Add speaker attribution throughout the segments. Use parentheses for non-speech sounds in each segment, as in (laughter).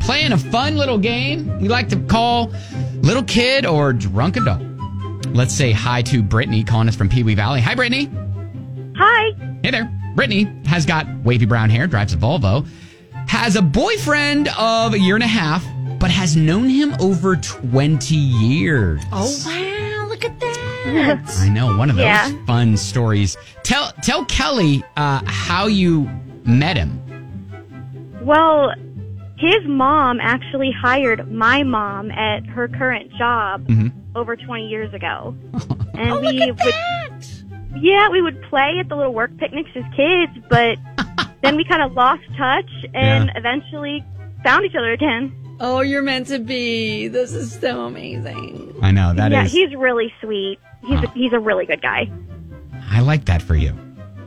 Speaker 1: playing a fun little game we like to call Little Kid or Drunk Adult. Let's say hi to Brittany calling us from Pee Wee Valley. Hi, Brittany.
Speaker 2: Hi.
Speaker 1: Hey there. Brittany has got wavy brown hair, drives a Volvo, has a boyfriend of a year and a half, but has known him over 20 years.
Speaker 3: Oh wow, look at that.
Speaker 1: I know one of those
Speaker 2: Yeah.
Speaker 1: fun stories. Tell tell Kelly uh, how you met him.
Speaker 2: Well, his mom actually hired my mom at her current job
Speaker 1: Mm-hmm.
Speaker 2: over 20 years
Speaker 1: (laughs)
Speaker 2: ago. And
Speaker 3: oh,
Speaker 2: we
Speaker 3: look at
Speaker 2: would
Speaker 3: that.
Speaker 2: yeah, we would play at the little work picnics as kids,
Speaker 3: (laughs)
Speaker 2: but then we kind of lost touch and
Speaker 1: Yeah.
Speaker 2: eventually found each other again.
Speaker 3: Oh, you're meant to be. This is so amazing.
Speaker 1: I know that is.
Speaker 2: yeah, he's really sweet. He's a, he's a really good guy.
Speaker 1: I like that for you.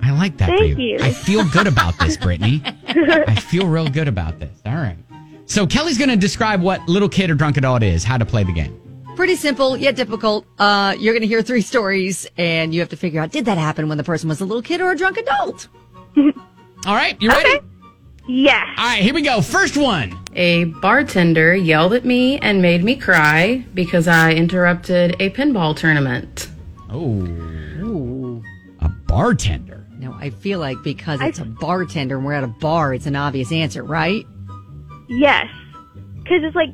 Speaker 1: I like that
Speaker 2: Thank
Speaker 1: for
Speaker 2: you.
Speaker 1: I feel good about
Speaker 2: (laughs)
Speaker 1: this, Brittany. I feel real good about this. All right. So Kelly's going to describe what little kid or drunk adult is, how to play the game.
Speaker 3: Pretty simple yet difficult. Uh, you're going to hear three stories, and you have to figure out did that happen when the person was a little kid or a drunk adult.
Speaker 1: All right, you ready?
Speaker 2: Yes.
Speaker 1: All right, here we go. First one.
Speaker 4: A bartender yelled at me and made me cry because I interrupted a pinball tournament.
Speaker 1: Oh, a bartender.
Speaker 3: No, I feel like because it's a bartender and we're at a bar, it's an obvious answer, right?
Speaker 2: Yes. Because it's like,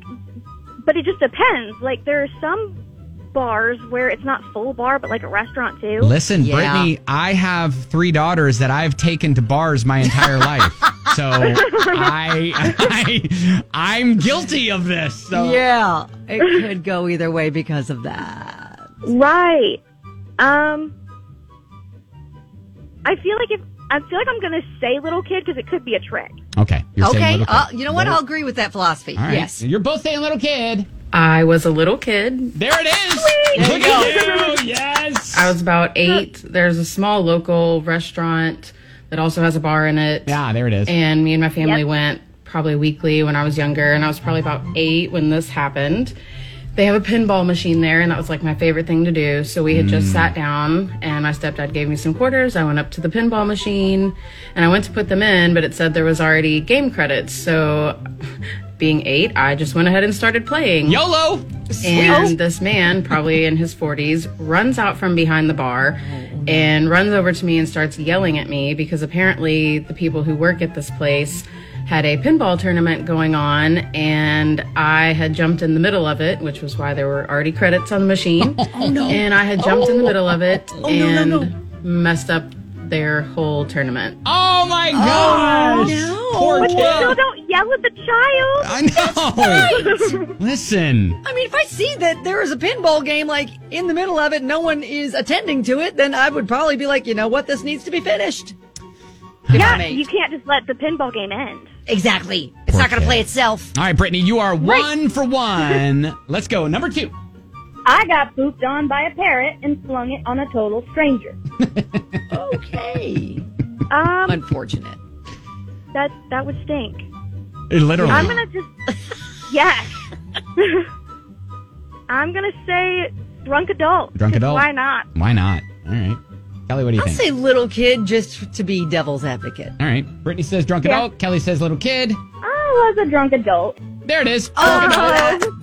Speaker 2: but it just depends. Like, there are some bars where it's not full bar, but like a restaurant too.
Speaker 1: Listen,
Speaker 3: Yeah.
Speaker 1: Brittany, I have three daughters that I've taken to bars my
Speaker 3: (laughs)
Speaker 1: entire life. So I, (laughs) I, I'm guilty of this. So
Speaker 3: Yeah, it could go either way because of that.
Speaker 2: Right. Um, I feel like if I feel like I'm gonna say little kid because it could be a trick.
Speaker 1: okay, you're saying
Speaker 3: okay,
Speaker 1: little
Speaker 3: uh,
Speaker 1: kid.
Speaker 3: you know what? I'll agree with that philosophy.
Speaker 1: All right,
Speaker 3: Yes.
Speaker 1: you're both saying little kid.
Speaker 4: I was a little kid.
Speaker 1: There it is. Look at you. Yes.
Speaker 4: I was about eight. There's a small local restaurant that also has a bar in it.
Speaker 1: yeah, Ah, there it is.
Speaker 4: And me and my family
Speaker 2: Yep.
Speaker 4: went probably weekly when I was younger, and I was probably about eight when this happened. They have a pinball machine there, and that was like my favorite thing to do. So we had just sat down, and my stepdad gave me some quarters. I went up to the pinball machine, and I went to put them in, but it said there was already game credits. So, (laughs) being eight, I just went ahead and started playing.
Speaker 1: YOLO. Oh,
Speaker 4: And this man, probably in his 40s, runs out from behind the bar and runs over to me and starts yelling at me because apparently the people who work at this place had a pinball tournament going on and I had jumped in the middle of it, which was why there were already credits on the machine. (laughs) Oh, no. Oh, And I had jumped in the middle of it and messed up their whole tournament.
Speaker 1: Oh my gosh. Poor
Speaker 2: But
Speaker 1: kid.
Speaker 2: still, don't yell at the child.
Speaker 1: I know. Listen.
Speaker 3: I mean, if I see that there is a pinball game like in the middle of it, no one is attending to it, then I would probably be like, you know what, this needs to be finished.
Speaker 2: yeah,
Speaker 3: mate.
Speaker 2: you can't just let the pinball game end.
Speaker 3: Exactly. It's
Speaker 1: Poor
Speaker 3: not going
Speaker 1: kid.
Speaker 3: to play itself.
Speaker 1: All right, Brittany, you are one for one. Let's go. Number two. Uh,
Speaker 2: I got pooped on by a parrot and flung it on a total stranger.
Speaker 3: Okay.
Speaker 2: Um,
Speaker 3: Unfortunate.
Speaker 2: that that would stink.
Speaker 1: Literally.
Speaker 2: I'm
Speaker 1: (laughs)
Speaker 2: gonna just yes. (laughs) I'm gonna say drunk adult.
Speaker 1: Drunk
Speaker 2: 'cause
Speaker 1: adult.
Speaker 2: Why not?
Speaker 1: Why not? All right. Kelly, what do you
Speaker 3: I'll
Speaker 1: think?
Speaker 3: say little kid just to be devil's (laughs) advocate.
Speaker 1: All right. Brittany says drunk
Speaker 2: Yeah.
Speaker 1: adult. Kelly says little kid.
Speaker 2: I was a drunk adult.
Speaker 1: There it is.
Speaker 3: Oh.
Speaker 1: Drunk adult.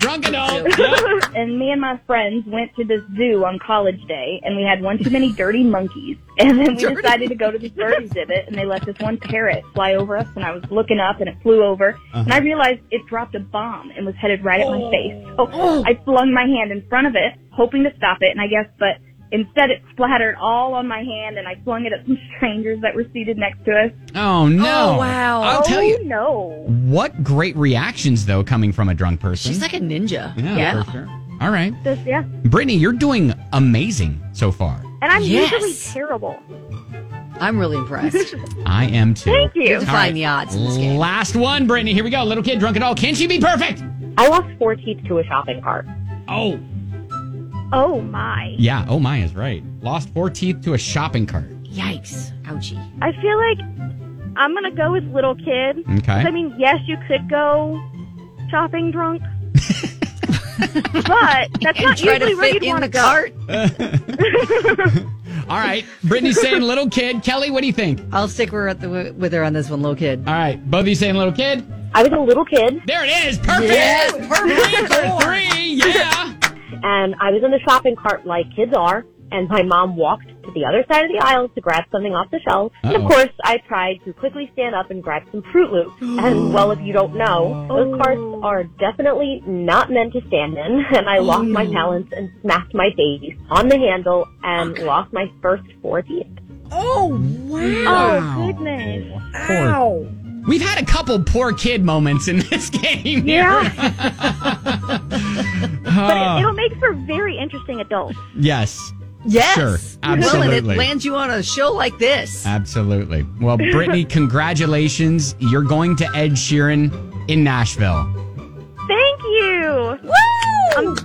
Speaker 1: Drunk adult. Yep.
Speaker 2: and me and my friends went to this zoo on college day, and we had one too many dirty monkeys. (laughs) And then we
Speaker 3: Dirty.
Speaker 2: decided to go to this bird exhibit, and they let this one parrot fly over us. And I was looking up, and it flew over, and
Speaker 1: Uh-huh.
Speaker 2: I realized it dropped a bomb and was headed right at
Speaker 1: Oh.
Speaker 2: my face. So
Speaker 1: (gasps)
Speaker 2: I flung my hand in front of it, hoping to stop it, and I guess, but instead it splattered all on my hand, and I flung it at some strangers that were seated next to us.
Speaker 1: Oh, no.
Speaker 3: Oh, wow.
Speaker 1: I'll tell
Speaker 2: oh
Speaker 1: you.
Speaker 2: no!
Speaker 1: What great reactions, though, coming from a drunk person.
Speaker 3: She's like a ninja.
Speaker 1: yeah,
Speaker 4: Yeah.
Speaker 1: for sure. All right.
Speaker 2: This, yeah,
Speaker 1: Brittany, you're doing amazing so far.
Speaker 2: and I'm
Speaker 3: Yes.
Speaker 2: usually terrible.
Speaker 3: I'm really (laughs) impressed.
Speaker 1: I am too.
Speaker 2: Thank you.
Speaker 3: You're defying the odds in this game.
Speaker 1: Last one, Brittany. Here we go. Little kid, drunk at all. Can she be perfect?
Speaker 5: I lost four teeth to a shopping cart.
Speaker 1: Oh,
Speaker 2: Oh my!
Speaker 1: yeah. Oh, Maya's right. Lost four teeth to a shopping cart.
Speaker 3: Yikes. Ouchie.
Speaker 2: I feel like I'm gonna go with little kid.
Speaker 1: Okay.
Speaker 2: I mean, yes, you could go shopping drunk, but that's not
Speaker 3: Try to
Speaker 2: usually where
Speaker 3: fit
Speaker 2: you'd
Speaker 3: in
Speaker 2: want
Speaker 3: the
Speaker 2: to go.
Speaker 3: cart.
Speaker 1: All right.
Speaker 3: (laughs)
Speaker 1: Brittany's saying little kid. Kelly, what do you think?
Speaker 3: I'll stick with her, at the, with her on this one, little kid.
Speaker 1: All right. Both of you saying little kid?
Speaker 5: I was a little kid,
Speaker 1: There it is. Perfect.
Speaker 3: Yes,
Speaker 1: Three for three. Yeah.
Speaker 5: and I was in the shopping cart like kids are, and my mom walked to the other side of the aisle to grab something off the shelf. And
Speaker 1: Uh-oh.
Speaker 5: of course, I tried to quickly stand up and grab some Fruit Loops. and well, if you don't know, those carts are definitely not meant to stand in, (laughs) and I lost my balance and smacked my face on the handle and lost my first four teeth.
Speaker 3: Oh, wow.
Speaker 1: Wow.
Speaker 2: goodness.
Speaker 1: Poor- We've had a couple poor kid moments in this (laughs) game.
Speaker 3: (laughs)
Speaker 2: Yeah. But
Speaker 1: Oh,
Speaker 2: it, it'll make for very interesting adults.
Speaker 1: yes.
Speaker 3: Yes.
Speaker 1: Sure,
Speaker 3: Well, and it
Speaker 1: absolutely.
Speaker 3: lands you on a show like this.
Speaker 1: Absolutely. Well, Brittany, congratulations. You're going to Ed Sheeran in Nashville.
Speaker 2: Thank you.
Speaker 3: Woo!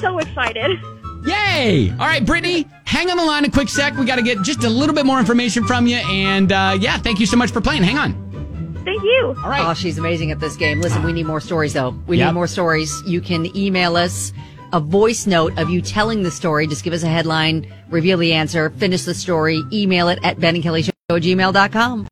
Speaker 2: So excited.
Speaker 1: Yay! All right, Brittany, hang on the line a quick sec. We got to get just a little bit more information from you. And uh, yeah, thank you so much for playing. Hang on.
Speaker 2: Thank you.
Speaker 1: All
Speaker 3: Oh,
Speaker 1: right.
Speaker 3: she's amazing at this game. Listen, we need more stories though. We
Speaker 1: Yep.
Speaker 3: need more stories. You can email us a voice note of you telling the story. Just give us a headline, reveal the answer, finish the story, email it at ben and Kelly show at gmail.com.